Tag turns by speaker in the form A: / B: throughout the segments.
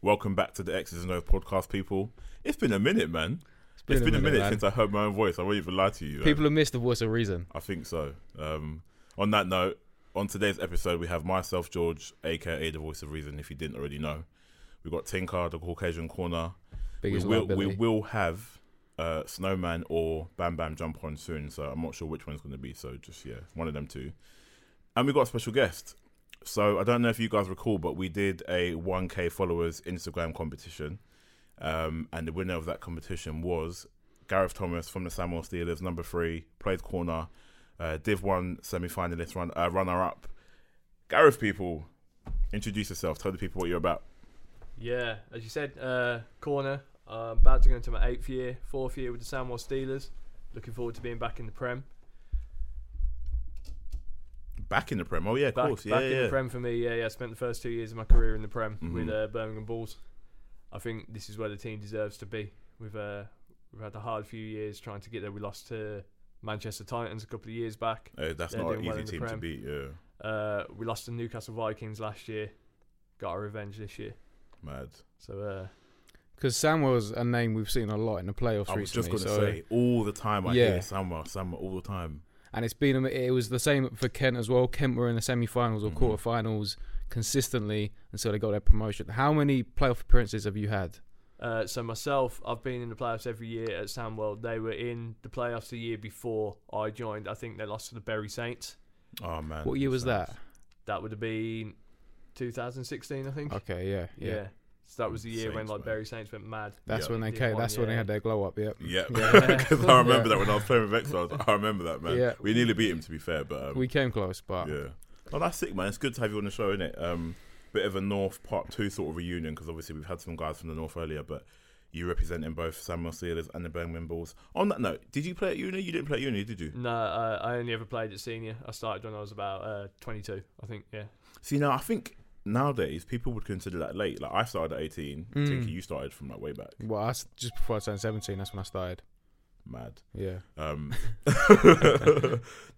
A: Welcome back to the X's and O's podcast, people. It's been a minute, man.
B: been
A: it's
B: a
A: been a
B: minute,
A: minute
B: man.
A: since I heard my own voice. I won't even lie to you. man.
B: People have missed the voice of reason.
A: I think so. Um, on that note, on today's episode, we have myself, George, aka the voice of reason. If you didn't already know, we got Tinker, the Caucasian Corner.
B: Biggest
A: we will we
B: liability.
A: will have uh, Snowman or Bam Bam jump on soon. So I'm not sure which one's going to be. So just yeah, one of them two. And we got a special guest. So I don't know if you guys recall, but we did a 1K followers Instagram competition, um, and the winner of that competition was Gareth Thomas from the Samuel Steelers, number three, played corner, uh, Div One semi finalist, run uh, runner up. Gareth, people, introduce yourself. Tell the people what you're about.
C: Yeah, as you said, uh, corner. Uh, about to go into my eighth year, fourth year with the Samwell Steelers. Looking forward to being back in the Prem.
A: Back in the prem. Oh yeah, of
C: Back,
A: course. Yeah,
C: back in
A: yeah.
C: the Prem for me. Yeah, yeah. I spent the first two years of my career in the Prem
A: Mhm.
C: with uh, Birmingham Bulls. I think this is where the team deserves to be. We've uh, we've had a hard few years trying to get there. We lost to Manchester Titans a couple of years back.
A: Uh, that's
C: They're
A: not an
C: doing
A: easy
C: well in the
A: team to
C: Prem.
A: beat. Yeah,
C: Uh, we lost to Newcastle Vikings last year. Got our revenge this year.
A: mad.
C: So uh,
B: Because Samwell's a name we've seen a lot in the playoffs
A: I was just
B: recently.
A: gonna
B: so-
A: say all the time. I
B: Yeah.
A: hear Samuel, Samuel all the time.
B: and it's been a- it was the same for Kent as well. Kent were in the semi-finals or
A: Mhm.
B: quarter-finals consistently until they got their promotion. How many playoff appearances have you had?
C: Uh, so myself, I've been in the playoffs every year at Samwell. They were in the playoffs the year before I joined. I think they lost to the Bury Saints.
A: Oh man,
B: what year was
A: Saints.
B: that?
C: That would have been 2016, I think.
B: Okay, yeah, yeah.
C: yeah. So that was the year when
A: Saints,
C: like
A: mate.
C: Bury Saints went mad.
B: That's
A: Yeah.
B: when they
C: Did
B: came.
C: one,
B: That's when they
C: yeah.
B: had their glow up. Yep.
A: Yeah,
B: Yeah.
A: because I remember
B: Yeah.
A: that when I was playing with Exile, I was like, I remember that man.
B: Yeah.
A: We nearly beat him to be fair, but um,
B: We came close, but
A: yeah. Oh, that's sick, man. It's good to have you on the show, isn't it? Um, bit of a North Part Two sort of reunion because obviously we've had some guys from the North earlier, but you representing both Samuel Steelers and the Birmingham Bulls. On that note, did you play at uni? You didn't play at uni, did you?
C: No, uh, I only ever played at senior. I started when I was about uh, 22, I think. Yeah.
A: See, now I think nowadays people would consider that late. Like I started at eighteen.
B: Mm.
A: Tinky, you started from like way back.
B: well, I s just before I turned seventeen, that's when I started.
A: Mad.
B: Yeah,
A: Um,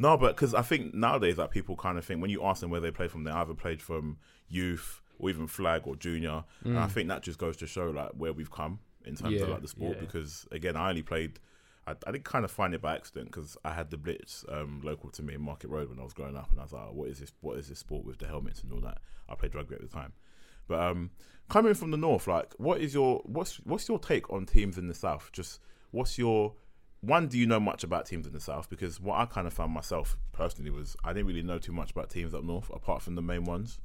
A: no, but because I think nowadays like people kind of think when you ask them where they play from, they either played from youth or even flag or junior, and I
B: Mm.
A: think that just goes to show like where we've come in terms of
B: Yeah.
A: like the sport.
C: Yeah.
A: Because again, I only played. I, I did kind of find it by accident because I had the blitz um, local to me in Market Road when I was growing up, and I was like, oh, "What is this? What is this sport with the helmets and all that?" I played rugby at the time, but um, coming from the north, like, what is your what's what's your take on teams in the south? Just what's your one? Do you know much about teams in the south? Because what I kind of found myself personally was I didn't really know too much about teams up north apart from the main ones.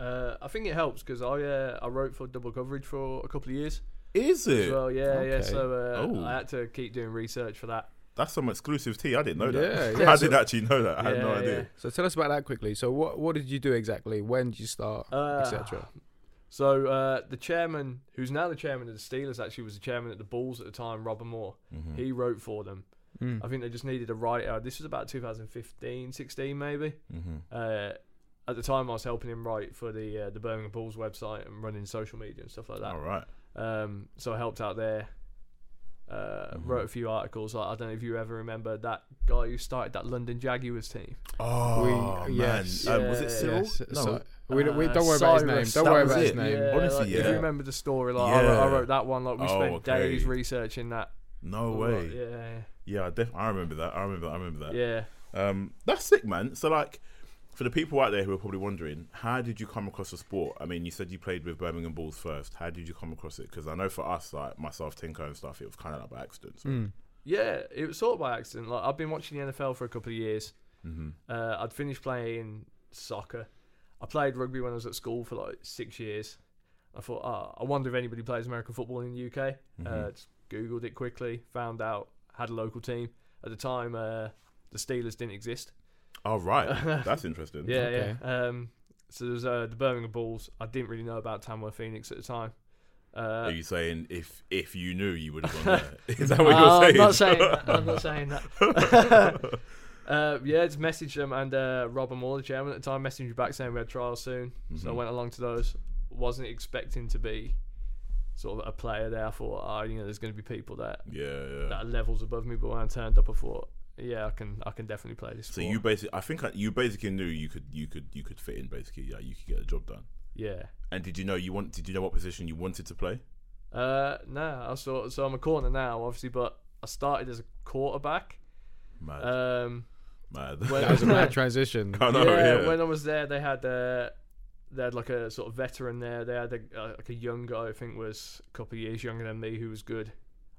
C: Uh, I think it helps because I uh, I wrote for double coverage for a couple of years
A: Is
C: as
A: it?
C: well. Yeah, yeah.
B: Okay.
C: So uh,
A: Oh.
C: I had to keep doing research for that.
A: That's some exclusive tea. I didn't know that.
B: Yeah, yeah,
A: I
B: so-
A: didn't actually know that. I had no
C: Yeah,
A: idea.
C: yeah.
B: So tell us about that quickly. So what what did you do exactly? When did you start,
C: Uh,
B: etc.
C: So uh, the chairman, who's now the chairman of the Steelers, actually was the chairman at the Bulls at the time, Robert Moore.
A: Mhm.
C: He wrote for them.
B: Mm.
C: I think they just needed a writer. This was about 2015, 16 maybe.
A: Mhm.
C: Uh, at the time, I was helping him write for the uh, the Birmingham Bulls website and running social media and stuff like that.
A: All right.
C: Um, so I helped out there. Uh,
A: Mhm.
C: Wrote a few articles. I I don't know if you ever remember that guy who started that London Jaguars team.
A: Oh man,
B: We- yes.
A: um, was it
C: Yeah,
A: Cyril?
B: Yes,
A: No,
B: so- we, don't- we
C: Uh,
B: don't worry about
C: Cyrus,
B: his name. Don't
A: that
B: worry
A: was
B: about his
A: it.
B: name.
A: Honestly,
C: like, If
A: yeah.
C: you remember the story, like I, wrote, I
A: Yeah.
C: wrote that one. Like we
A: Oh,
C: spent
A: okay.
C: days researching that.
A: no
C: Like,
A: way. Uh. yeah,
C: yeah,
A: I, def- I remember that. I remember. I remember that.
C: yeah.
A: Um, that's sick, man. So, like, for the people out there who are probably wondering, how did you come across the sport? I mean, you said you played with Birmingham Bulls first. How did you come across it? Because I know for us, like myself, Tinker and stuff, it was kind of like by accident. So.
B: Mm.
C: Yeah, it was sort of by accident. Like I've been watching the NFL for a couple of years.
A: hmm
C: Uh, I'd finished playing soccer. I played rugby when I was at school for like six years. I thought, ah, I wonder if anybody plays American football in the UK. Uh,
A: Mhm.
C: just Googled it quickly, found out, had a local team. At the time, uh, the Steelers didn't exist.
A: Oh right, that's interesting.
C: Yeah,
B: Okay.
C: yeah. Um, so there was uh, the Birmingham Bulls. I didn't really know about Tamworth Phoenix at the time. Uh,
A: Are you saying if if you knew you would have gone there? Is that what
C: Uh,
A: you're saying?
C: I'm not saying that. I'm not saying that. uh, yeah, just messaged them and uh, Robert Moore, the chairman at the time, messaged me back saying we had trials soon. So I
A: Mhm.
C: went along to those. Wasn't expecting to be sort of a player there. I thought, oh, you know, there's going to be people that
A: yeah, yeah.
C: that are levels above me. But when I turned up, I thought, yeah, I can, I can definitely play this.
A: So
C: sport.
A: you basically, I think you basically knew you could, you could, you could fit in. Basically, yeah, you could get a job done.
C: Yeah.
A: And did you know you want? Did you know what position you wanted to play?
C: Uh, no, I sort so I'm a corner now, obviously, but I started as a quarterback.
A: Mad,
C: Um,
A: mad.
C: when-
B: That was a mad transition.
A: I know,
C: yeah,
A: yeah.
C: when I was there, they had uh, they had like a sort of veteran there. They had a, uh, like a young guy, I think, was a couple of years younger than me, who was good.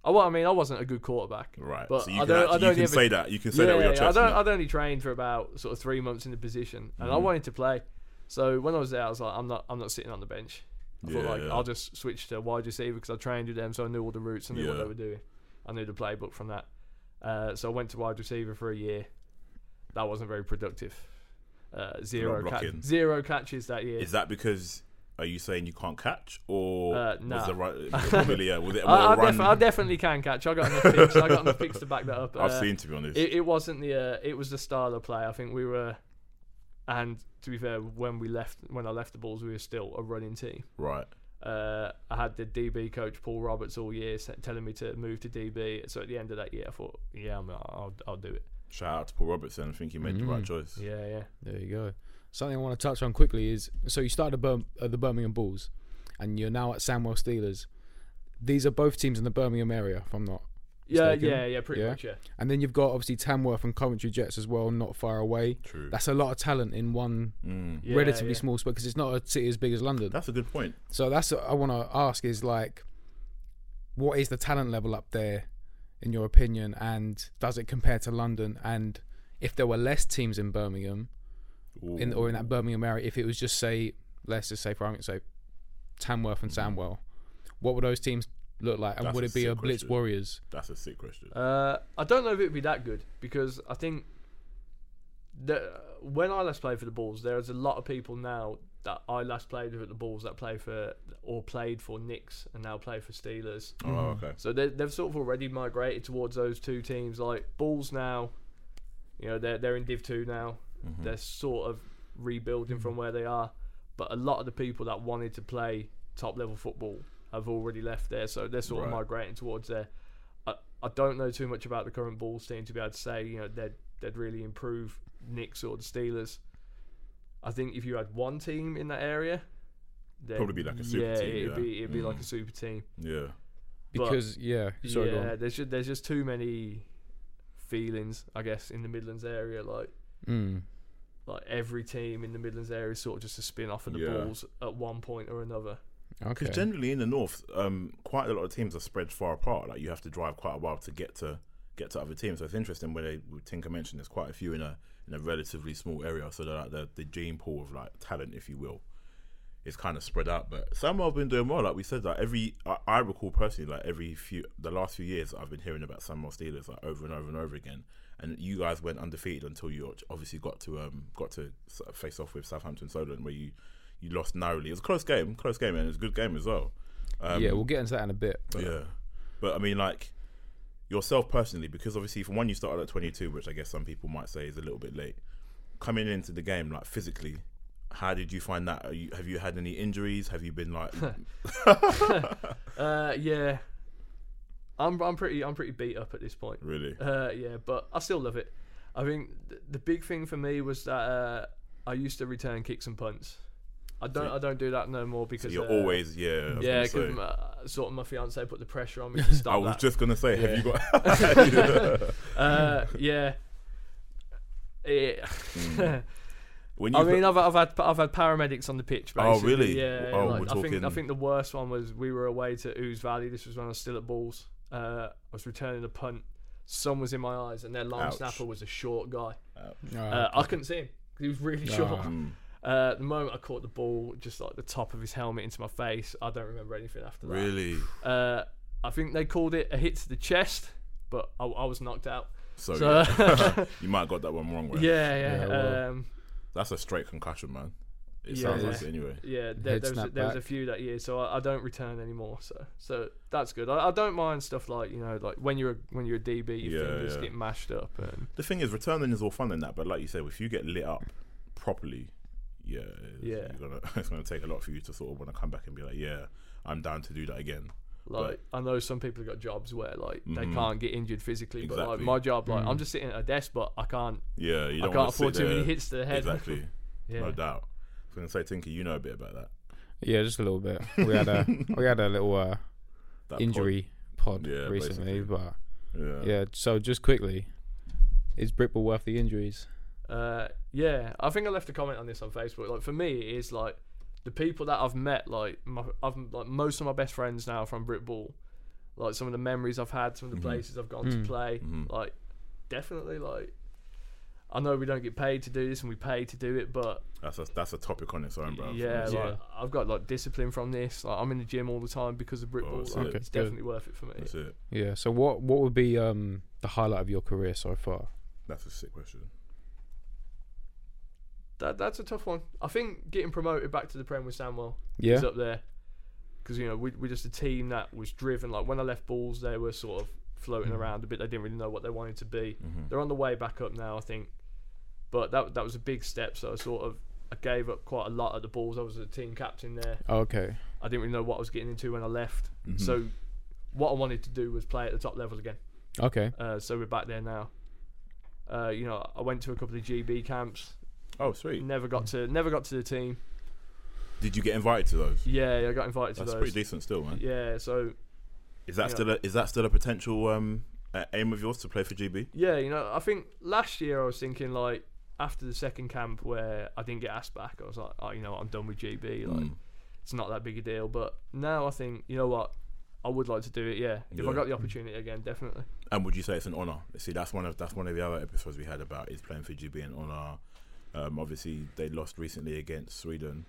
C: Oh, well, I mean, I wasn't a good quarterback.
A: Right.
C: But
A: so
C: I
A: you can,
C: don't- I
A: actually, you
C: don't
A: can
C: ever-
A: say that. You can say that with your
C: I
A: chest.
C: don't,
A: innit?
C: I'd only trained for about sort of three months in the position, and I
A: Mhm.
C: wanted to play. So when I was there, I was like, I'm not, I'm not sitting on the bench. I thought like
A: Yeah.
C: I'll just switch to wide receiver because I trained with them, so I knew all the routes, I knew what
A: Yeah.
C: they were doing, I knew the playbook from that. Uh, so I went to wide receiver for a year. That wasn't very productive. Uh, zero catch,
A: blocking.
C: zero catches that year.
A: Is that because are you saying you can't catch, or
C: Uh,
A: was
C: nah.
A: the right? Really, yeah, was it more
C: I, I,
A: run?
C: def- I definitely can catch. I got enough picks. I got enough picks to back that up.
A: I've
C: Uh,
A: seen, to be honest.
C: It, it wasn't the uh, it was the style of play. I think we were, and to be fair, when we left when I left the Bulls, we were still a running team.
A: right.
C: Uh, I had the DB coach Paul Roberts all year sa- telling me to move to DB. So at the end of that year, I thought, yeah, I'm, I'll I'll do it.
A: Shout out to Paul Robertson. I think he made the right
B: Mm.
A: choice.
C: Yeah, yeah.
B: There you go. Something I want to touch on quickly is so you started Bir- at the Birmingham Bulls, and you're now at Samwell Steelers. These are both teams in the Birmingham area, if I'm not.
C: Yeah,
B: Mistaken?
C: yeah, yeah, pretty
B: Yeah.
C: much, yeah.
B: And then you've got obviously Tamworth and Coventry Jets as well, not far away.
A: True.
B: That's a lot of talent in one
A: Mm.
C: yeah
B: relatively
C: yeah.
B: small space because it's not a city as big as London.
A: That's a good point.
B: So that's what I want to ask is like, what is the talent level up there, in your opinion, and does it compare to London? And if there were less teams in Birmingham
A: Ooh.
B: in or in that Birmingham area, if it was just say, let's just say for argument's sake, Tamworth and Samwell, what would those teams look like? And
A: Mm. That's
B: would
A: a
B: it be a
A: sick
B: Blitz
A: question.
B: Warriors?
A: That's a sick question.
C: Uh, I don't know if it'd be that good because I think that when I last played for the Bulls, there is a lot of people now that I last played with at the Bulls that play for or played for Knicks and now play for Steelers.
B: Mm.
A: oh, okay.
C: So they, they've sort of already migrated towards those two teams. Like Bulls now, you know, they're they're in Div Two now.
A: Mhm.
C: They're sort of rebuilding from where they are, but a lot of the people that wanted to play top level football have already left there. So they're sort of
A: Right.
C: migrating towards there. I, I don't know too much about the current Bulls team to be able to say you know they'd they'd really improve Knicks or the Steelers. I think if you had one team in that area, then
A: Probably be like a super
C: yeah,
A: team,
C: it'd
A: yeah.
C: be it'd be like
A: Mm.
C: a super team.
A: Yeah.
C: But-
B: Because yeah, sorry, go
C: yeah,
B: on.
C: there's just, there's just too many feelings, I guess, in the Midlands area. Like
B: Mm.
C: like every team in the Midlands area is sort of just a spin off of the
A: Yeah.
C: Bulls at one point or another.
B: Okay.
A: Because generally in the north, um, quite a lot of teams are spread far apart. Like you have to drive quite a while to get to get to other teams. So it's interesting when they Tinker mentioned there's quite a few in a in a relatively small area. So they're like the the gene pool of like talent, if you will, is kind of spread out. But Samuel have been doing well. Like we said, like every I, I recall personally, like every few the last few years, I've been hearing about Samuel Steelers like over and over and over again. And you guys went undefeated until you obviously got to um got to sort of face off with Southampton Solent, where you you lost narrowly. It was a close game, close game, and it was a good game as well. Um,
B: yeah, we'll get into that in a bit. but-
A: yeah. But I mean, like yourself personally, because obviously, from when you started at 22, which I guess some people might say is a little bit late, coming into the game like physically, how did you find that? Are you, have you had any injuries? Have you been like,
C: Uh, yeah, I'm I'm pretty I'm pretty beat up at this point.
A: really?
C: Uh, yeah, but I still love it. I think th- the big thing for me was that uh, I used to return kicks and punts. I don't I don't do that no more because
A: You're
C: uh,
A: always yeah. I was gonna
C: yeah
A: say.
C: because sort of my fiance put the pressure on me to stop
A: I was
C: that.
A: just gonna say, have
C: Yeah.
A: you got?
C: uh, yeah. It-
A: Mm. When you
C: I mean, I've, I've had I've had paramedics on the pitch.
A: Oh,
C: Basically.
A: really?
C: Yeah.
A: Oh,
C: like,
A: we're
C: I think I
A: talking-
C: think the worst one was we were away to Ooze Valley. This was when I was still at Balls. Uh, I was returning a punt. Sun was in my eyes, and their long
A: Ouch. Ah,
C: snapper was a short guy.
B: Uh,
C: Uh, I couldn't see him. 'cause He was really
B: Ah.
C: short.
A: Mm,
C: Uh, the moment I caught the ball, just like the top of his helmet into my face, I don't remember anything after that.
A: really?
C: Uh, I think they called it a hit to the chest, but I, I was knocked out.
A: So,
C: So-
A: yeah. you might have got that one wrong. Right?
C: Yeah, yeah.
B: Yeah, well.
C: um,
A: That's a straight concussion, man. It
C: Yeah.
A: sounds like it anyway.
C: Yeah, there,
B: Head
C: there, was, a,
B: snap
C: there was a
B: back.
C: few that year, so I, I don't return anymore. So so that's good. I, I don't mind stuff like you know like when you're a, when you're a DB, your
A: Yeah,
C: fingers
A: yeah.
C: get mashed up. And
A: The thing is, returning is all fun and that, but like you said, if you get lit up properly, yeah, it's-
C: Yeah.
A: you're gonna, it's gonna take a lot for you to sort of want to come back and be like, yeah, I'm down to do that again.
C: like I know some people have got jobs where like
A: Mhm.
C: they can't get injured physically, but like
A: Exactly.
C: my job, like I'm
B: Mm.
C: just sitting at a desk, but I can't
A: Yeah, you
C: I
A: don't
C: can't
A: want to
C: afford
A: sit
C: too
A: there.
C: many hits to the head.
A: Exactly,
C: yeah.
A: no doubt. I was gonna say, Tinker, you know a bit about that.
B: Yeah, just a little bit. We had a we had a little uh,
A: That pod-
B: injury pod,
A: Yeah,
B: recently,
A: basically.
B: but
A: Yeah.
B: yeah. So just quickly, is Brickball worth the injuries?
C: Uh, yeah, I think I left a comment on this on Facebook. Like for me, it is like the people that I've met, like my, I've like most of my best friends now from Britball. Like some of the memories I've had, some of the
A: Mhm.
C: places I've gone
B: Mm.
C: to play.
A: Mhm.
C: Like definitely, like I know we don't get paid to do this, and we pay to do it, but
A: That's a, that's a topic on its own, bro.
C: yeah,
B: Yeah.
C: like I've got like discipline from this. Like I'm in the gym all the time because of
A: Oh,
C: Britball.
A: that's
C: like,
A: it.
B: Okay,
C: it's
B: good.
C: definitely worth it for me.
A: That's it.
B: Yeah. So what what would be um the highlight of your career so far?
A: That's a sick question.
C: That that's a tough one. I think getting promoted back to the Prem with Samwell.
B: Yeah.
C: is up there because you know we we're just a team that was driven. Like when I left Bulls, they were sort of floating
A: Mm-hmm.
C: around a bit. They didn't really know what they wanted to be.
A: Mhm.
C: They're on the way back up now, I think. But that that was a big step. So I sort of I gave up quite a lot at the Bulls. I was a team captain there.
B: Oh, okay.
C: I didn't really know what I was getting into when I left.
A: Mhm.
C: So what I wanted to do was play at the top level again.
B: Okay.
C: Uh, so we're back there now. Uh, you know, I went to a couple of GB camps.
A: Oh, sweet.
C: Never got to never got to the team.
A: Did you get invited to those?
C: Yeah, I got invited to
A: That's
C: those.
A: pretty decent, still, man.
C: yeah, so
A: Is that
C: Yeah.
A: still a, is that still a potential um, uh, aim of yours to play for GB?
C: Yeah, you know, I think last year I was thinking like after the second camp where I didn't get asked back, I was like, oh, you know, what, I'm done with GB. Like,
A: Mm.
C: it's not that big a deal. But now I think, you know what, I would like to do it. Yeah, if
A: Yeah.
C: I got the opportunity again, definitely.
A: And would you say it's an honor? See, that's one of that's one of the other episodes we had about is playing for GB an honor. Um, obviously, they lost recently against Sweden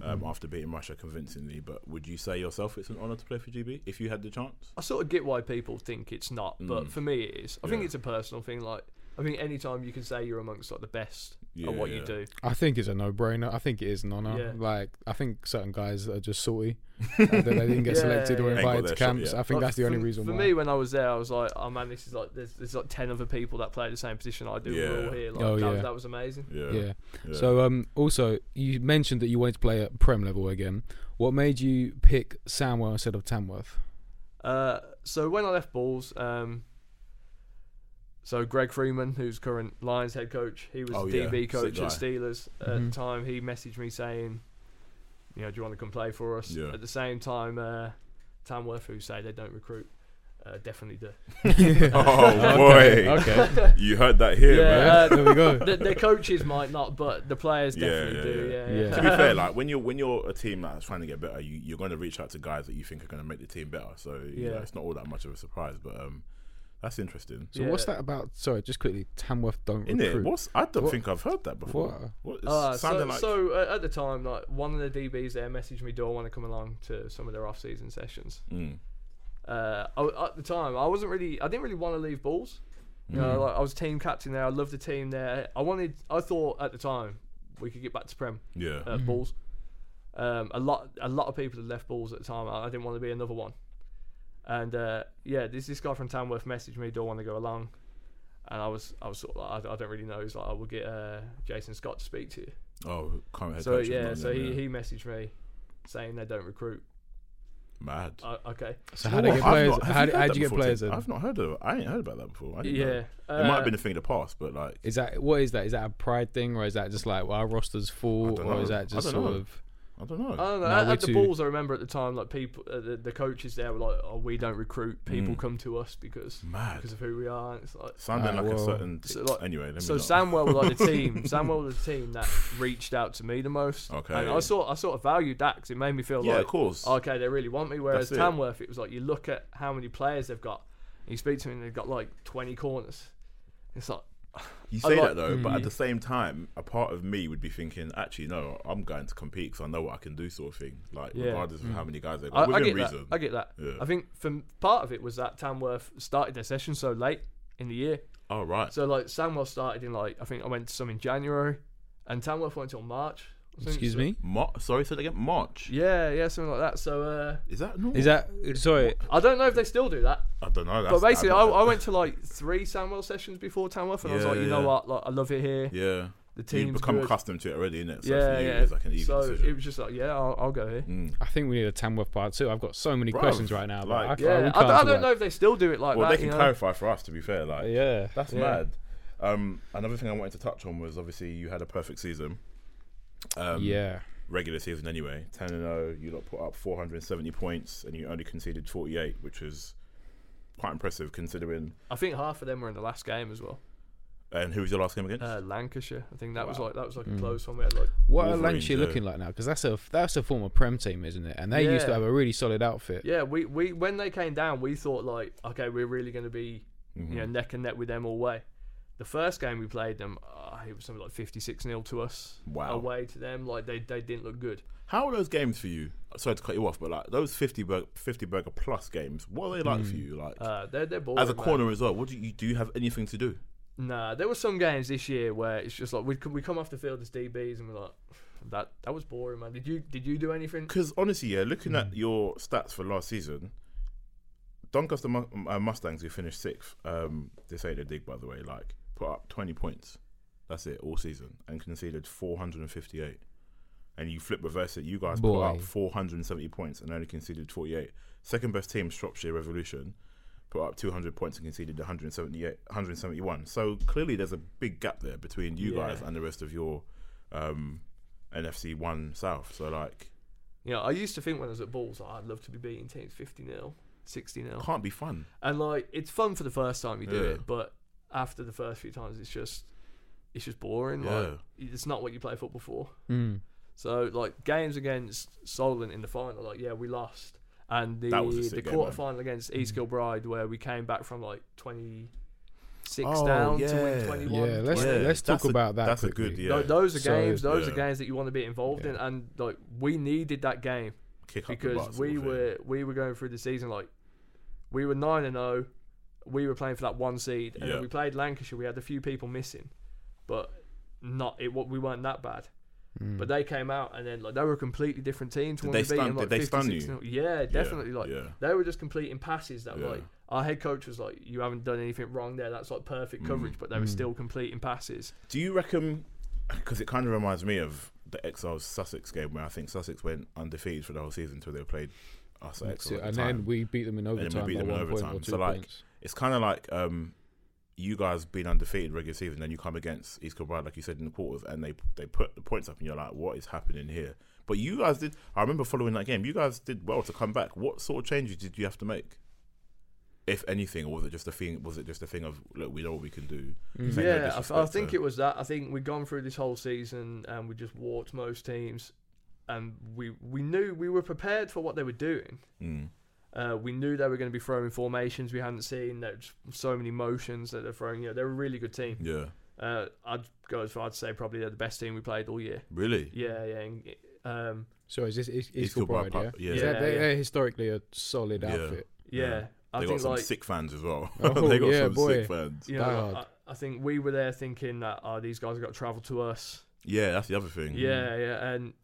A: um,
B: Mm.
A: after beating Russia convincingly. But would you say yourself it's an honor to play for GB if you had the chance?
C: I sort of get why people think it's not, but
A: Mm.
C: for me it is. I think
A: Yeah.
C: it's a personal thing. Like, I think anytime you can say you're amongst like the best
A: Yeah,
C: at what you
A: yeah.
C: do,
B: I think it's a no-brainer. I think it is an honor.
C: Yeah.
B: Like I think certain guys are just salty that they didn't get
C: Yeah,
B: selected or
C: yeah.
A: Ain't got
B: invited to
A: their shot
B: camps.
A: yet.
B: I think
C: Like,
B: that's the only
C: for,
B: reason
C: For
B: why.
C: me, when I was there, I was like, "Oh man, this is like there's, there's like ten other people that play the same position I do. We're
A: Yeah.
C: all here. Like,
B: Oh,
C: that, was,
B: yeah.
C: that was amazing.
A: Yeah.
B: yeah.
A: yeah.
B: So um also you mentioned that you wanted to play at prem level again. What made you pick Samwell instead of Tamworth?
C: Uh, so when I left Balls, um, so Greg Freeman, who's current Lions head coach, he was
A: Oh,
C: the
A: yeah.
C: DB
A: Sick
C: coach
A: guy.
C: at Steelers at the
B: Mhm.
C: time. He messaged me saying, you know, do you want to come play for us?
A: Yeah.
C: At the same time, uh, Tamworth, who say they don't recruit, uh, definitely do.
A: Oh,
B: Okay,
A: boy.
B: Okay.
A: you heard that here,
C: Yeah.
A: man.
B: Yeah,
C: Uh,
B: there we go.
C: the, their coaches might not, but the players
A: Yeah,
C: definitely
A: yeah,
C: do.
A: yeah.
C: Yeah.
B: Yeah.
A: to be fair, like when you're when you're a team that's trying to get better, you, you're going to reach out to guys that you think are going to make the team better. So you know,
C: Yeah.
A: it's not all that much of a surprise, but um, that's interesting.
B: So what's
C: Yeah.
B: that about? Sorry, just quickly. Tamworth don't
A: In it,
B: recruit.
A: what's I don't
B: What-
A: think I've heard that before. What
B: What?
A: it's
C: Uh, so,
A: sounding like?
C: so uh, at the time, like one of the DBs there messaged me, "Do I want to come along to some of their off-season sessions?"
A: Mm,
C: uh, I, at the time, I wasn't really, I didn't really want to leave Bulls. You know,
A: Mm.
C: like, I was team captain there. I loved the team there. I wanted, I thought at the time we could get back to Prem
A: yeah,
C: at Bulls. Um, a lot, a lot of people had left Bulls at the time. I, I didn't want to be another one. And uh, yeah, this this guy from Tamworth messaged me, "Don't want to go along." And I was, I was sort of like, I, I don't really know. He's like, I will get uh, Jason Scott to speak to you.
A: Oh, current head
C: so
A: coach. is
C: yeah,
A: not
C: so
A: them,
C: he,
A: yeah.
C: he messaged me saying they don't recruit.
A: mad.
C: I, okay,
B: So how do you
A: Oh,
B: get
A: I've
B: players?
A: not- have
B: how do
A: heard
B: how'd
A: that
B: you get
A: before,
B: players
A: Tim?
B: in?
A: I've not heard of. I ain't heard about that before. I didn't know.
C: yeah.
A: it might
C: uh,
A: have been a thing in the past, but like,
B: Is that what is that? Is that a pride thing, or is that just like well, our roster's full,
A: don't
B: or
A: know.
B: is
A: I
B: that just
A: don't
B: sort
A: know.
B: of
A: I don't know.
C: I don't know.
B: Now
C: at
B: we're
C: at the
B: too-
C: balls, I remember at the time, like people, uh, the, the coaches there were like, "Oh, we don't recruit. People
A: Mm.
C: come to us because
A: mad.
C: because of who we are." And it's like
A: Sounding
B: Ah,
A: like a
B: well.
A: certain.
C: So, like-
A: anyway, let me
C: so.
A: not-
C: Samwell were like the team. Samwell was the team that reached out to me the most.
A: Okay.
C: and I sort I sort of valued that because it made me feel
A: yeah,
C: like,
A: of course.
C: okay, they really want me. Whereas
A: That's it.
C: Tamworth, it was like you look at how many players they've got. And you speak to them, and they've got like twenty corners. It's like
A: You
C: I
A: say
C: like-
A: that though, but at
B: Mm.
A: the same time, a part of me would be thinking, actually, no, I'm going to compete because I know what I can do, sort of thing. Like,
C: Yeah.
A: regardless of
B: Mm.
A: how many guys they
C: I,
A: got,
C: I
A: within
C: get
A: reason.
C: that. I get that.
A: Yeah.
C: I think from part of it was that Tamworth started their session so late in the year.
A: oh, right.
C: So like Samwell started in like I think I went to some in January, and Tamworth went till March. I think.
B: excuse
C: So-
B: me?
A: Mar- Sorry, say that again. March.
C: Yeah, yeah, something like that. So uh,
A: Is that normal?
B: Is that sorry?
C: I don't know if they still do that,
A: I don't know.
C: but
A: That's,
C: basically I,
A: don't know.
C: I went to like three Samwell sessions before Tamworth, and I was
A: Yeah,
C: like, you know
A: yeah.
C: what, like I love it here.
A: yeah,
C: The team's
A: you've become
C: good.
A: accustomed to it already, innit? So
C: yeah,
A: for you,
C: yeah.
A: it's like an easy
C: so
A: decision.
C: it was just like, yeah, I'll, I'll go here.
A: Mm.
B: I think we need a Tamworth part two. I've got so many
A: Bruv,
B: questions right now. Like,
A: like-
B: I, can't- we
C: Yeah,
B: can't
C: I, I
B: talk
C: don't know
B: about
C: if they still do it like
A: Well,
C: that.
A: they can
C: you know?
A: clarify for us, to be fair. Like,
B: it. Yeah,
A: That's
C: Yeah.
A: mad. Um, another thing I wanted to touch on was obviously you had a perfect season. Um,
B: yeah.
A: regular season anyway. Ten and zero, you lot put up four hundred and seventy points, and you only conceded forty eight, which is quite impressive considering.
C: I think half of them were in the last game as well.
A: And who was your last game against?
C: Uh, Lancashire, I think that was
A: Mm. Wow.
C: like that was like
B: Mm.
C: a close one. We had like
B: What are
A: Wolverines,
B: Lancashire
A: yeah.
B: looking like now? Because that's a that's a former Prem team, isn't it? And they used to
C: Yeah.
B: have a really solid outfit.
C: yeah, we, we when they came down, we thought like okay, we're really going to be
A: Mhm.
C: you know neck and neck with them all way. The first game we played them, uh, it was something like fifty six 0 to us
A: Wow.
C: away to them. Like they, they didn't look good.
A: How are those games for you? Sorry to cut you off, but like those 50 burger, 50 burger plus games, what are they like for you? Like
C: Uh, they're they're boring.
A: as a
C: man.
A: corner as well, what do you do? You have anything to do?
C: Nah, there were some games this year where it's just like we we come off the field as DBs and we're like, that that was boring, man. Did you did you do anything?
A: Because honestly, yeah, looking at your stats for last season, Doncaster Mu- uh, Mustangs, who finished sixth, um, this ain't a dig by the way. Like put up 20 points, that's it all season, and conceded 458. And you flip reverse it, you guys put up
B: Boy.
A: 470 points and only conceded 48. Second best team, Shropshire Revolution, put up 200 points and conceded 178, 171. So clearly, there's a big gap there between you
C: Yeah.
A: guys and the rest of your um, NFC One South. So like.
C: You know, I used to think when I was at balls, like, I'd love to be beating teams 50 0, 60 0.
A: Can't be fun.
C: And like, it's fun for the first time you do
A: Yeah.
C: it, but after the first few times, it's just, it's just boring. Like, it's not what you play football for.
B: Mm.
C: So like, games against Solent in the final, like, yeah, we lost. And the
A: That was a sick
C: the
A: game,
C: quarter
A: man. Mm.
C: final against East Kilbride, where we came back from like 26
A: Oh,
C: down to
A: yeah.
C: win 21.
B: Yeah, let's
C: 20.
A: That's
B: let's talk
A: a-
B: about that.
A: That's
B: quickly.
A: a good yeah.
C: Tho- Those are
B: So-
C: games. Those
A: Yeah.
C: are games that you want to be involved in,
B: Yeah.
C: and like we needed that game
A: kick up the butt
C: because
A: sort
C: we
A: of thing.
C: were we were going through the season like we were nine and zero, we were playing for that one seed, and
A: Yeah.
C: then we played Lancashire. We had a few people missing, but not it. What we weren't that bad,
B: Mm.
C: but they came out and then like they were a completely different team to
A: Hmm. Did
C: when
A: they
C: we beat
A: stun-
C: them. Like
A: did they stun
C: 56
A: you?
C: nil. Yeah,
A: Yeah,
C: definitely. Like
A: yeah.
C: they were just completing passes that
A: Yeah.
C: like our head coach was like, "You haven't done anything wrong there. That's like perfect
A: Mm.
C: coverage," but they were
B: Mm.
C: still completing passes.
A: Do you reckon? Because it kind of reminds me of the Exiles Sussex game where I think Sussex went undefeated for the whole season until they played us at
B: That's
A: Exeter
B: it.
A: at the
B: And
A: time.
B: then we beat them in
A: then we
B: overtime
A: beat
B: by
A: them in
B: one point or
A: overtime.
B: two
A: So, like,
B: points.
A: it's kind of like um, you guys being undefeated regular season, then you come against East Kilbride, like you said in the quarters, and they they put the points up, and you're like, what is happening here? But you guys did. I remember following that game. You guys did well to come back. What sort of changes did you have to make, if anything, or was it just a thing? Was it just a thing of look, we know what we can do?
B: Mm.
A: Thank you.
C: Yeah, I, th- I
A: disrespect
C: think
A: to-
C: it was that. I think we'd gone through this whole season and we just walked most teams, and we we knew we were prepared for what they were doing.
A: Mm.
C: Uh, we knew they were going to be throwing formations we hadn't seen. There's so many motions that they're throwing. You know, they're a really good team.
A: Yeah,
C: Uh, I'd go as far as to say probably they're the best team we played all year.
A: really.
C: Yeah, yeah. and, um,
B: So is this is, is
A: East Kilbride
B: Kilbride, yeah?
A: Park- yeah.
B: Is
C: Yeah,
B: that- they,
C: yeah.
B: They're historically a solid
A: Yeah.
B: outfit.
C: yeah.
A: Yeah.
C: I
A: they got
C: think
A: some
C: like
A: sick fans as well.
B: Oh,
A: they got
B: yeah,
A: some
B: boy.
A: sick fans.
C: you know,
B: Bad.
C: like, I, I think we were there thinking that oh, these guys have got to travel to us.
A: Yeah, that's the other thing.
C: Yeah, yeah, and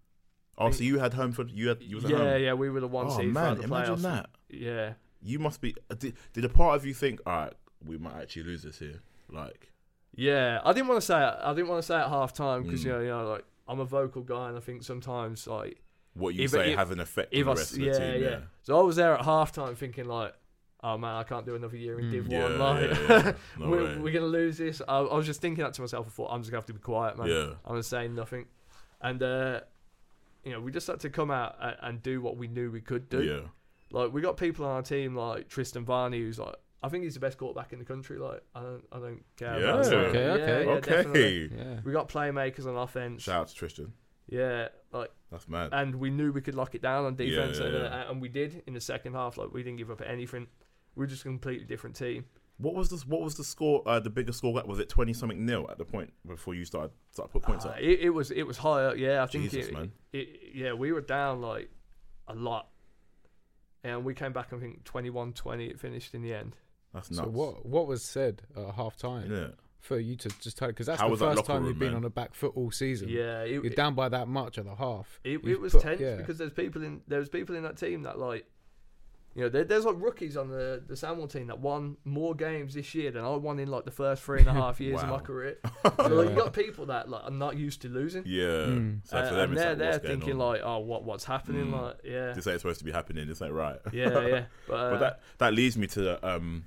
A: Oh, so you had home for you had you was at
C: yeah,
A: home.
C: yeah. We were the one
A: oh
C: seed
A: man,
C: throughout the
A: imagine
C: playoffs.
A: that.
C: Yeah.
A: You must be. uh, Did, did a part of you think, all right, we might actually lose this here? Like,
C: Yeah, I didn't want to say it. I didn't want to say it at half time because
A: Mm.
C: you know, you know, like I'm a vocal guy, and I think sometimes like
A: what you
C: If-
A: say
C: if-
A: have an effect on
C: if
A: the
C: I,
A: rest
C: s-
A: of the
C: yeah,
A: team.
C: yeah,
A: Yeah,
C: So I was there at half time thinking like, oh man, I can't do another year in
B: Mm.
C: Div
A: yeah,
C: One. Like,
A: yeah, yeah. No
C: we're,
A: way.
C: we're gonna lose this. I, I was just thinking that to myself. I thought I'm just gonna have to be quiet, man.
A: yeah,
C: I'm gonna say nothing, and uh, you know, we just had to come out and, and do what we knew we could do.
A: yeah.
C: Like we got people on our team like Tristan Varney, who's like. I think he's the best quarterback in the country. Like I don't, I don't care. about
A: Yeah.
C: that.
A: Okay,
C: Yeah,
B: okay.
C: yeah, definitely.
A: okay.
B: Yeah.
C: We got playmakers on offense.
A: Shout out to Tristan.
C: Yeah, like,
A: That's mad.
C: and we knew we could lock it down on
A: Yeah,
C: defense,
A: yeah,
C: and,
A: yeah.
C: uh, and we did in the second half. Like, we didn't give up anything. We were just a completely different team.
A: What was this? What was the score? Uh, the biggest score was it twenty something nil at the point before you started started put points
C: Uh,
A: up.
C: it, it was it was higher. Yeah, I think
A: Jesus,
C: it,
A: man.
C: it- Yeah, we were down like a lot, and we came back. I think 21-20 It finished in the end.
A: That's nuts.
B: So what what was said at half time
A: Yeah.
B: for you to just tell because that's
A: How
B: the
A: was that
B: first
A: locker
B: time
A: room,
B: you've been
A: man?
B: on the back foot all season.
C: Yeah, it,
B: You're
C: it,
B: down by that much at the half.
C: it,
B: You've
C: it was
B: put-
C: tense
B: yeah.
C: because there's people in there's people in that team that like. You know, there, there's like rookies on the the Samuel team that won more games this year than I won in like the first three and a half years of
A: Wow.
C: my career. So like,
B: Yeah.
C: you got people that like are not used to losing,
A: Yeah.
B: Mm.
A: So for
C: Uh,
A: them,
C: and
A: it's
C: they're
A: like,
C: they're
A: what's going
C: thinking
A: on?
C: like, oh, what what's happening?
A: Mm.
C: Like, yeah,
A: this ain't supposed to be happening. This ain't right.
C: yeah, yeah. But, uh,
A: but that that leads me to the, um,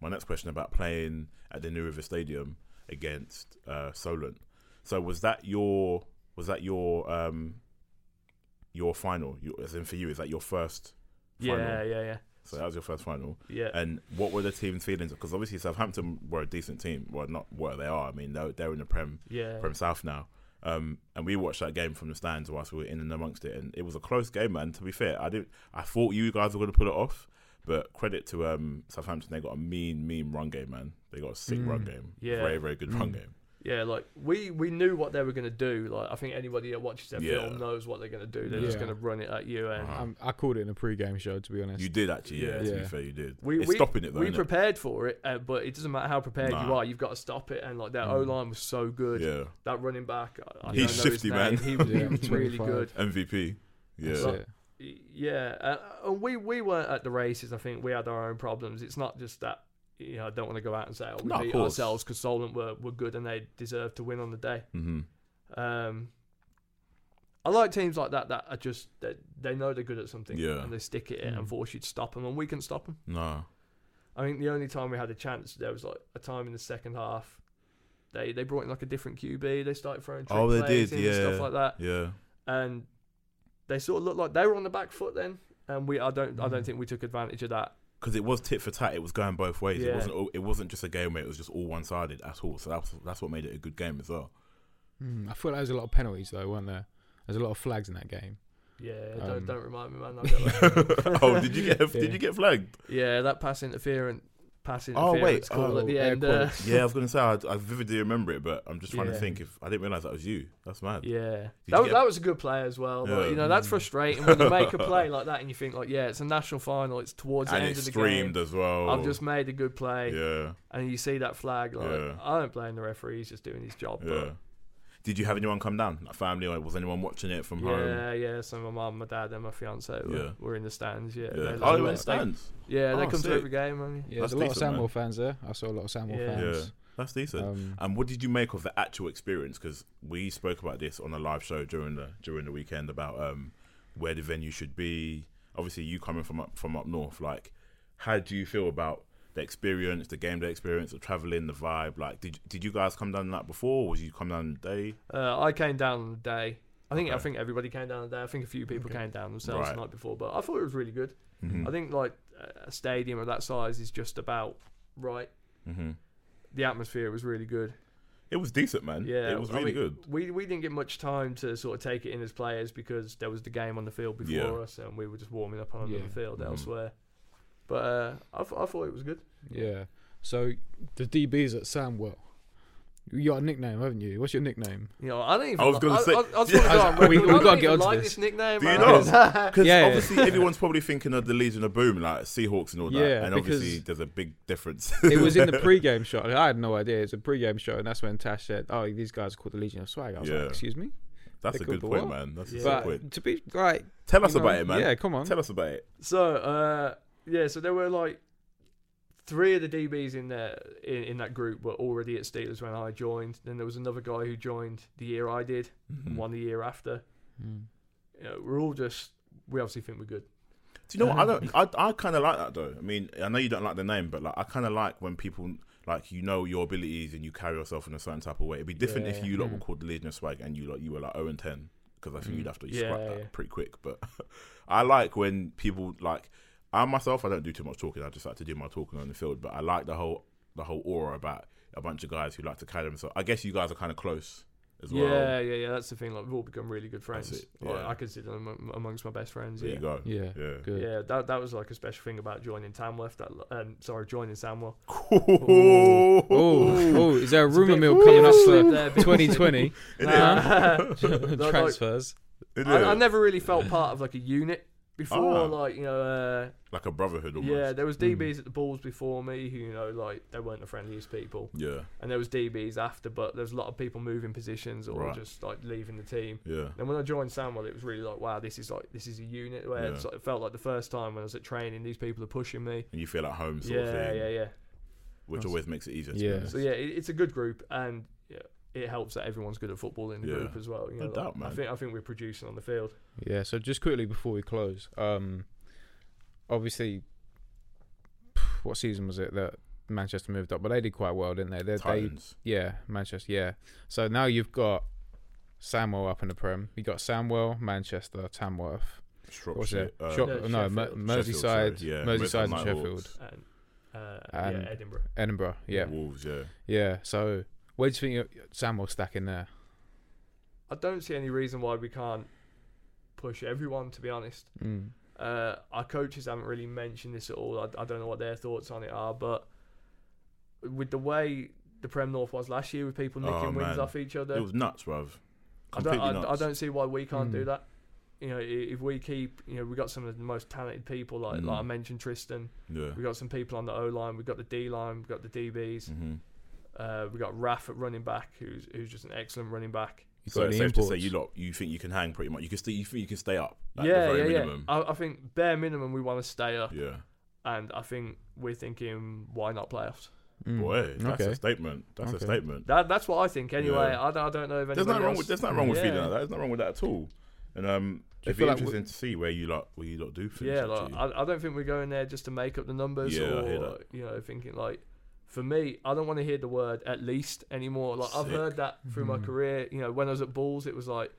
A: my next question about playing at the New River Stadium against uh, Solent. So was that your was that your um, your final? You, as in for you, is that your first? Final?
C: Yeah, yeah, yeah,
A: So that was your first final.
C: yeah.
A: And what were the team's feelings? Because obviously Southampton were a decent team. Well, not where they are. I mean, they're, they're in the Prem,
C: yeah.
A: Prem South now. Um, and we watched that game from the stands whilst we were in and amongst it, and it was a close game, man. To be fair, I did. I thought you guys were going to pull it off, but credit to um, Southampton, they got a mean, mean run game, man. They got a sick
B: Mm.
A: run game,
C: Yeah.
A: very, very good run
B: Mm.
A: game.
C: Yeah, like we we knew what they were gonna do. Like I think anybody that watches their
A: Yeah.
C: film knows what they're gonna do. They're just
B: Yeah.
C: gonna run it at you, and
A: Uh-huh.
B: Um, I called it in a pre-game show, to be honest.
A: You did actually, yeah.
C: Yeah.
A: To be
B: Yeah.
A: fair, you did.
C: We-
A: it's
C: we-
A: stopping it though.
C: we
A: innit?
C: prepared for it. Uh, but it doesn't matter how prepared you
A: Nah.
C: are, you've got to stop it. And like their
B: Mm.
C: O line was so good.
A: yeah,
C: That running back, I, I
A: He's
C: don't know his
A: shifty,
C: name.
A: man.
C: He was, he
B: Yeah,
C: was really
B: 25.
C: good.
A: MVP. Yeah,
B: That's it.
C: Y- Yeah, uh, and we we weren't at the races. I think we had our own problems. It's not just that. You know, I don't want to go out and say oh, we
A: No, of
C: beat
A: course.
C: ourselves because Solent were, were good and they deserved to win on the day.
A: hmm
C: Um, I like teams like that that are just that they know they're good at something
A: Yeah.
C: and they stick it in and
B: Mm.
C: force you to stop them, and we can stop them.
A: Nah.
C: I think the only time we had a chance there was like a time in the second half. They they brought in like a different QB. They started throwing trick
A: Oh, they
C: plays
A: did,
C: in and
A: yeah.
C: stuff like that,
A: Yeah.
C: and they sort of looked like they were on the back foot then. And we I don't I don't
B: Mm.
C: think we took advantage of that.
A: Because it was tit for tat, it was going both ways. It
C: Yeah.
A: wasn't. all- It wasn't just a game where it was just all one sided at all. So that's that's what made it a good game as well.
B: Mm, I feel like there's a lot of penalties though, weren't there? There's a lot of flags in that game.
C: Yeah,
B: Um.
C: don't don't remind me, man. I'll get that.
A: oh, did you get
B: Yeah.
A: did you get flagged?
C: yeah, that pass interference, pass
A: Oh, wait,
C: interference call
B: oh,
C: at the
B: air
C: end. Uh,
A: Yeah, I was gonna say I, I vividly remember it, but I'm just trying to
C: Yeah.
A: think if I didn't realize that was you. That's mad.
C: Yeah,
A: you
C: that was,
A: get-
C: that was a good play as well. But,
A: Yeah.
C: you know, that's
B: Mm.
C: frustrating when you make a play like that and you think like, yeah, it's a national final. It's towards the
A: and
C: end
A: it
C: of the
A: streamed
C: game.
A: as well.
C: I've just made a good play,
A: yeah,
C: and you see that flag. Like,
A: Yeah.
C: I don't blame the referee; he's just doing his job.
A: yeah. Did you have anyone come down? Like family, or was anyone watching it from
C: But
A: home?
C: yeah, yeah. So my mum, my dad, and my fiance were,
A: Yeah.
C: were in the stands. Yeah,
A: Yeah.
C: love
A: Oh,
C: it.
A: they were in stands.
C: Yeah, they
A: Oh,
C: come
A: sick.
C: to every game. Man.
B: Yeah,
A: That's
B: there's a lot of
A: decent, man.
B: Samuel fans there. I saw a lot of Samuel
C: Yeah.
B: fans.
A: That's decent.
B: Um,
A: And what did you make of the actual experience? Because we spoke about this on a live show during the during the weekend about um, where the venue should be. Obviously, you coming from up from up north, like, how do you feel about the experience, the game day experience, the traveling, the vibe? Like, did did you guys come down the night before, or was you come down the day?
C: Uh, I came down on the day. I think I
A: Okay.
C: think everybody came down on the day. I think a few people
A: Okay.
C: came down themselves
A: Right.
C: the night before, but I thought it was really good.
A: Mm-hmm.
C: I think like a stadium of that size is just about right.
B: Mm-hmm.
A: hmm
C: the atmosphere was really good.
A: It was decent, man.
C: Yeah,
A: it was
C: I
A: really
C: mean,
A: good.
C: We we didn't get much time to sort of take it in as players because there was the game on the field before
A: Yeah.
C: us, and we were just warming up on another
B: Yeah.
C: field
A: Mhm.
C: elsewhere. But uh, I, th- I thought it was good.
B: yeah. So the DBs at Samwell. You got a nickname, haven't you? What's your nickname?
C: You know, I don't even.
A: I was gonna
C: I,
A: say-
C: I, I just
A: Yeah, I
C: wanna go
A: was-
C: on record.
B: we-
C: I
B: we
C: don't
B: gotta get
C: even
B: onto
C: like
B: this.
C: this nickname.
A: Do you
C: man.
A: know? Because
B: Yeah.
A: obviously everyone's probably thinking of the Legion of Boom, like Seahawks and all that,
B: Yeah,
A: and obviously
B: because-
A: there's a big difference.
B: It was in the pre-game show. I had no idea. It's a pre-game show, and that's when Tash said, "Oh, these guys are called the Legion of Swag." I was
A: Yeah.
B: like, "Excuse me."
A: That's a
B: They
A: good
B: called the
A: point,
B: what?
A: man. That's a
C: Yeah.
A: good
B: But
A: point.
B: to be like,
A: Tell us
B: you know,
A: about it, man.
B: Yeah, come on.
A: Tell us about it.
C: So uh, yeah, so there were like three of the DBs in there in, in that group were already at Steelers when I joined. Then there was another guy who joined the year I did,
A: Hmm.
C: and one the year after.
B: Mm.
C: You know, we're all just we obviously think we're good.
A: Do you know what? I don't. I, I kind of like that though. I mean, I know you don't like the name, but like, I kind of like when people like you know your abilities and you carry yourself in a certain type of way. It'd be different if
C: Yeah.
A: you lot were
B: Mm.
A: called the Legion of Swag and you lot you were like zero and ten because I think
B: Mm.
A: you'd have to
C: Yeah,
A: scrap that
C: yeah.
A: pretty quick. But I like when people like I myself. I don't do too much talking. I just like to do my talking on the field. But I like the whole the whole aura about a bunch of guys who like to carry themselves. I guess you guys are kind of close as well.
C: Yeah, yeah, yeah. That's the thing. Like we've all become really good friends.
A: it,
C: Like,
A: yeah.
C: I consider them am- amongst my best friends.
A: There
C: Yeah.
A: you go.
B: Yeah.
A: Yeah.
B: Good.
C: Yeah, that that was like a special thing about joining Tamworth. That um, sorry, joining Samwell.
B: Ooh. Oh, oh, is there a
C: It's a
B: rumor
C: bit-
B: mill
C: Ooh.
B: coming up
C: Slip
B: for
C: there, bit of a slip.
B: 2020
C: Nah. Like,
B: transfers?
A: Isn't
C: I,
A: it?
C: I never really felt part of like a unit before.
A: Ah.
C: Like you know, uh,
A: like a brotherhood almost.
C: yeah, there was
B: Mm.
C: DBs at the balls before me who you know like they weren't the friendliest people,
A: Yeah,
C: and there was DBs after. But there's a lot of people moving positions or
A: Right.
C: just like leaving the team.
A: yeah.
C: And when I joined Samwell, it was really like, wow, this is like this is a unit. Where
A: Yeah.
C: it's like- it felt like the first time when I was at training, these people are pushing me.
A: And you feel at home sort of
C: Yeah,
A: thing,
C: yeah, yeah.
A: which
B: Nice.
A: always makes it easier. To
B: Yeah.
A: Be
C: So
A: honest.
C: yeah, it, it's a good group, and yeah, it helps that everyone's good at football in the
A: Yeah.
C: group as well. You
A: No
C: know, like,
A: doubt, man.
C: I think I think we're producing on the field.
B: Yeah. So just quickly before we close, um, obviously, what season was it that Manchester moved up? But they did quite well, didn't they? They, they
A: Titans.
B: yeah, Manchester, yeah. So now you've got Samwell up in the Prem. You got Samwell, Manchester, Tamworth. What was
A: Shropshire.
B: it?
A: uh,
B: Shop-
C: No,
B: no, Mer-
C: Sheffield.
B: Merseyside,
A: Sheffield, sorry. Yeah,
B: Merseyside,
A: Merseyside
B: and Sheffield,
A: Nighthawks.
C: and, uh,
B: And-
C: yeah, Edinburgh.
B: Edinburgh. Yeah,
A: Wolves, yeah.
B: yeah. So where do you think your- Samwell stack in there?
C: I don't see any reason why we can't push everyone. To be honest,
B: Mm.
C: uh, our coaches haven't really mentioned this at all. I, I don't know what their thoughts on it are, but with the way the Prem North was last year, with people nicking
A: Oh,
C: wins
A: man.
C: off each other,
A: It was nuts, bruv.
C: I don't,
A: Completely nuts.
C: I, I don't see why we can't do
B: Mm.
C: that. You know, i- if we keep, you know, we got some of the most talented people, like like I
A: Mm.
C: mentioned, Tristan.
A: Yeah.
C: We got some people on the O line. We got the D line. We got the DBs.
A: Mm-hmm.
C: Uh, we got Raff at running back, who's who's just an excellent running back.
B: You
A: So
B: got
A: it's
B: the
A: safe to
B: imports.
A: say you lot, you think you can hang pretty much. You can stay, you think you can stay up at
C: yeah,
A: the very
C: yeah,
A: minimum.
C: yeah. I, I think bare minimum we want to stay up,
A: Yeah.
C: and I think we're thinking why not playoffs.
B: Mm.
A: Boy, that's
B: okay.
A: a statement. That's a
B: Okay.
A: statement.
C: That that's what I think anyway.
A: Yeah.
C: I, don't, I don't know if anybody
A: There's nothing wrong
C: else-
A: with there's nothing wrong with feeling
C: Yeah.
A: like that. There's nothing wrong with that at all. And um,
B: Do you
A: it'd be
B: feel like we-
A: interesting to see where you lot where you lot do finish.
C: Yeah, like,
A: actually.
C: I, I don't think we're going there just to make up the numbers
A: Yeah, I hear
C: or you know thinking like. For me, I don't want to hear the word at least anymore. Like I've
A: Sick. Mm.
C: heard that through my
B: Mhm.
C: career. You know, when I was at Bulls, it was like,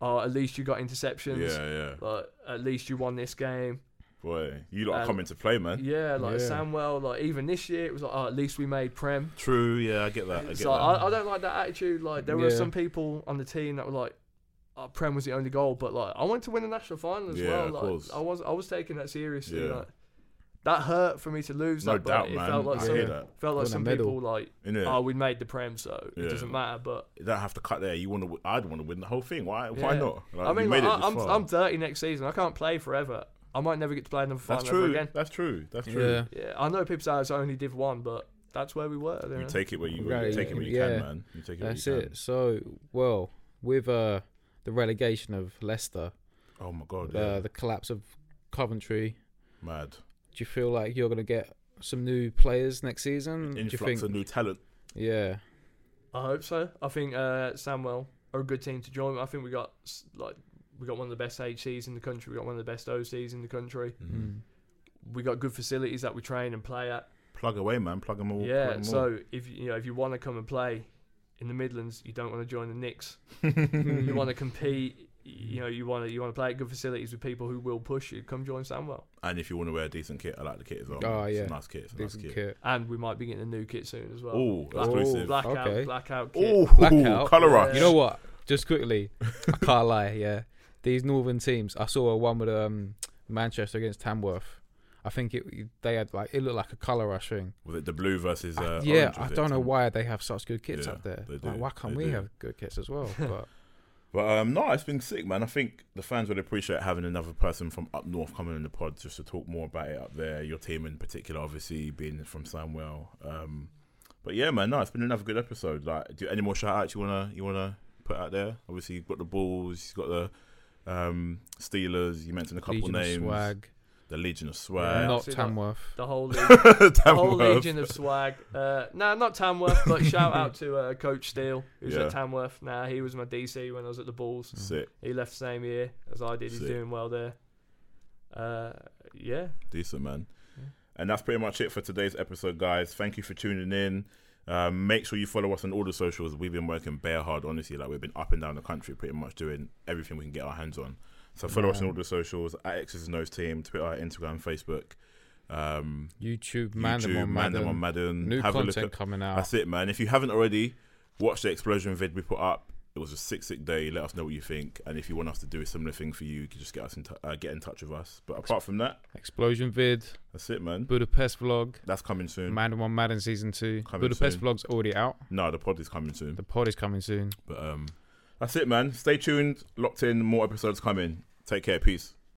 C: "Oh, at least you got interceptions.
A: yeah, yeah.
C: Like at least you won this game."
A: Boy, you lot are
C: Um,
A: coming to play, man.
C: Yeah, like
B: Yeah.
C: Samwell. Like even this year, it was like, "Oh, at least we made Prem."
A: True. Yeah, I get that. I get
C: So
A: that.
C: I, I don't like that attitude. Like there were
B: Yeah.
C: some people on the team that were like, oh, "Prem was the only goal," but like I wanted to win the national final as
A: Yeah,
C: well.
A: of
C: Like
A: course.
C: I was, I was taking that seriously.
A: Yeah.
C: Like, that hurt for me to lose.
A: no
C: that,
A: doubt,
C: but
A: man.
C: It felt like
A: I
C: some,
A: hear
B: something-
A: that.
C: felt like
B: Got a
C: some
B: medal.
C: people like,
A: Innit?
C: "Oh, we made the Prem, so
A: Yeah.
C: it doesn't matter." But
A: You don't have to cut there. You want to? I'd want to win the whole thing. Why? Why
C: Yeah.
A: not? Like,
C: I
A: you
C: mean,
A: made
C: like,
A: it this
C: I, am
A: far.
C: I'm 30 next season. I can't play forever. I might never get to play another final
A: That's
C: ever
A: true.
C: again.
A: That's true. That's true.
B: Yeah.
C: Yeah, I know people say it's only Div One, but that's where we were. You
A: You
C: know?
A: take it where you,
B: Right,
A: you take it where you
B: yeah.
A: can, man. You take it
B: That's
A: where you
B: it. So, well, with uh, the relegation of Leicester,
A: can. Oh my god, yeah.
B: uh, the collapse of Coventry,
A: mad
B: do you feel like you're going to get some new players next season? do you
A: influx
B: think?
A: of new talent.
B: Yeah.
C: I hope so. I think uh, Samwell are a good team to join. I think we got s- like we got one of the best HCs in the country. We got one of the best OCs in the country.
A: Mhm.
C: We got good facilities that we train and play at.
A: Plug away, man. Plug them all.
C: yeah.
A: plug 'em all.
C: So if you know if you want to come and play in the Midlands, you don't want to join the Knicks.
B: Hmm.
C: you want to compete. You know you want to you want to play at good facilities with people who will push you. Come join Samwell,
A: and if you want to wear a decent kit, I like the kit as well.
C: Ah,
B: Oh,
A: It's a
B: yeah.
A: nice kit. It's a nice
B: Decent
A: kit.
B: kit.
C: and we might be getting a new kit soon as well.
A: Oh,
C: Black-
A: exclusive.
C: blackout,
B: Okay.
C: blackout kit.
A: Oh,
B: Blackout.
A: color
C: Yeah.
A: rush.
B: You know what? Just quickly, I can't lie. Yeah, these northern teams. I saw one with um Manchester against Tamworth. I think it they had like it looked like a colour rush thing.
A: Was it the blue versus?
B: I-
A: Uh,
B: yeah,
A: orange,
B: I
A: was it?
B: don't know why they have such good kits
A: Yeah,
B: up there.
A: they
B: Like,
A: do,
B: why can't
A: they
B: we
A: do.
B: have good kits as well? But
A: But um, no, it's been sick, man. I think the fans would appreciate having another person from up north coming in the pod just to talk more about it up there. Your team in particular, obviously being from Samwell. Um, but yeah, man, no, it's been another good episode. Like, do any more shout outs you wanna you wanna put out there? Obviously, you've got the Bulls, you've got the um, Steelers. You mentioned a couple
B: Legion of
A: names. Uh,
B: swag,
A: The Legion of Swag.
B: not
C: Absolutely not.
B: Tamworth.
C: The whole league.
A: Tamworth.
C: The whole legion of swag. Uh, nah, not Tamworth, but shout out to uh, Coach Steele, who's
A: Yeah.
C: at Tamworth. Nah, he was my DC when I was at the Bulls.
A: Sick,
C: He left the same year as I did. He's
A: Sick.
C: doing well there. Uh, yeah.
A: decent, man.
C: Yeah.
A: And that's pretty much it for today's episode, guys. Thank you for tuning in. Um, make sure you follow us on all the socials. We've been working bare hard, honestly. Like we've been up and down the country, pretty much doing everything we can get our hands on. So follow us on
B: Yeah.
A: all the socials at X's and O's Team, Twitter, Instagram, Facebook, um,
B: YouTube, man, them
A: YouTube, Man
B: on Madden.
A: Them on Madden.
B: New
A: Have a look
B: content
A: at
B: coming out.
A: That's it, man. If you haven't already, watch the explosion vid we put up. It was a sick, sick day. Let us know what you think, and if you want us to do a similar thing for you, you can just get us in t- uh, get in touch with us. But apart from that,
B: Explosion vid,
A: that's it, man.
B: Budapest vlog,
A: That's coming soon.
B: Man Them on Madden season two.
A: Coming
B: Budapest
A: soon.
B: vlog's already out.
A: No, the pod is coming soon.
B: The pod is coming soon.
A: But um, that's it, man. Stay tuned, locked in. More episodes coming. Take care. Peace.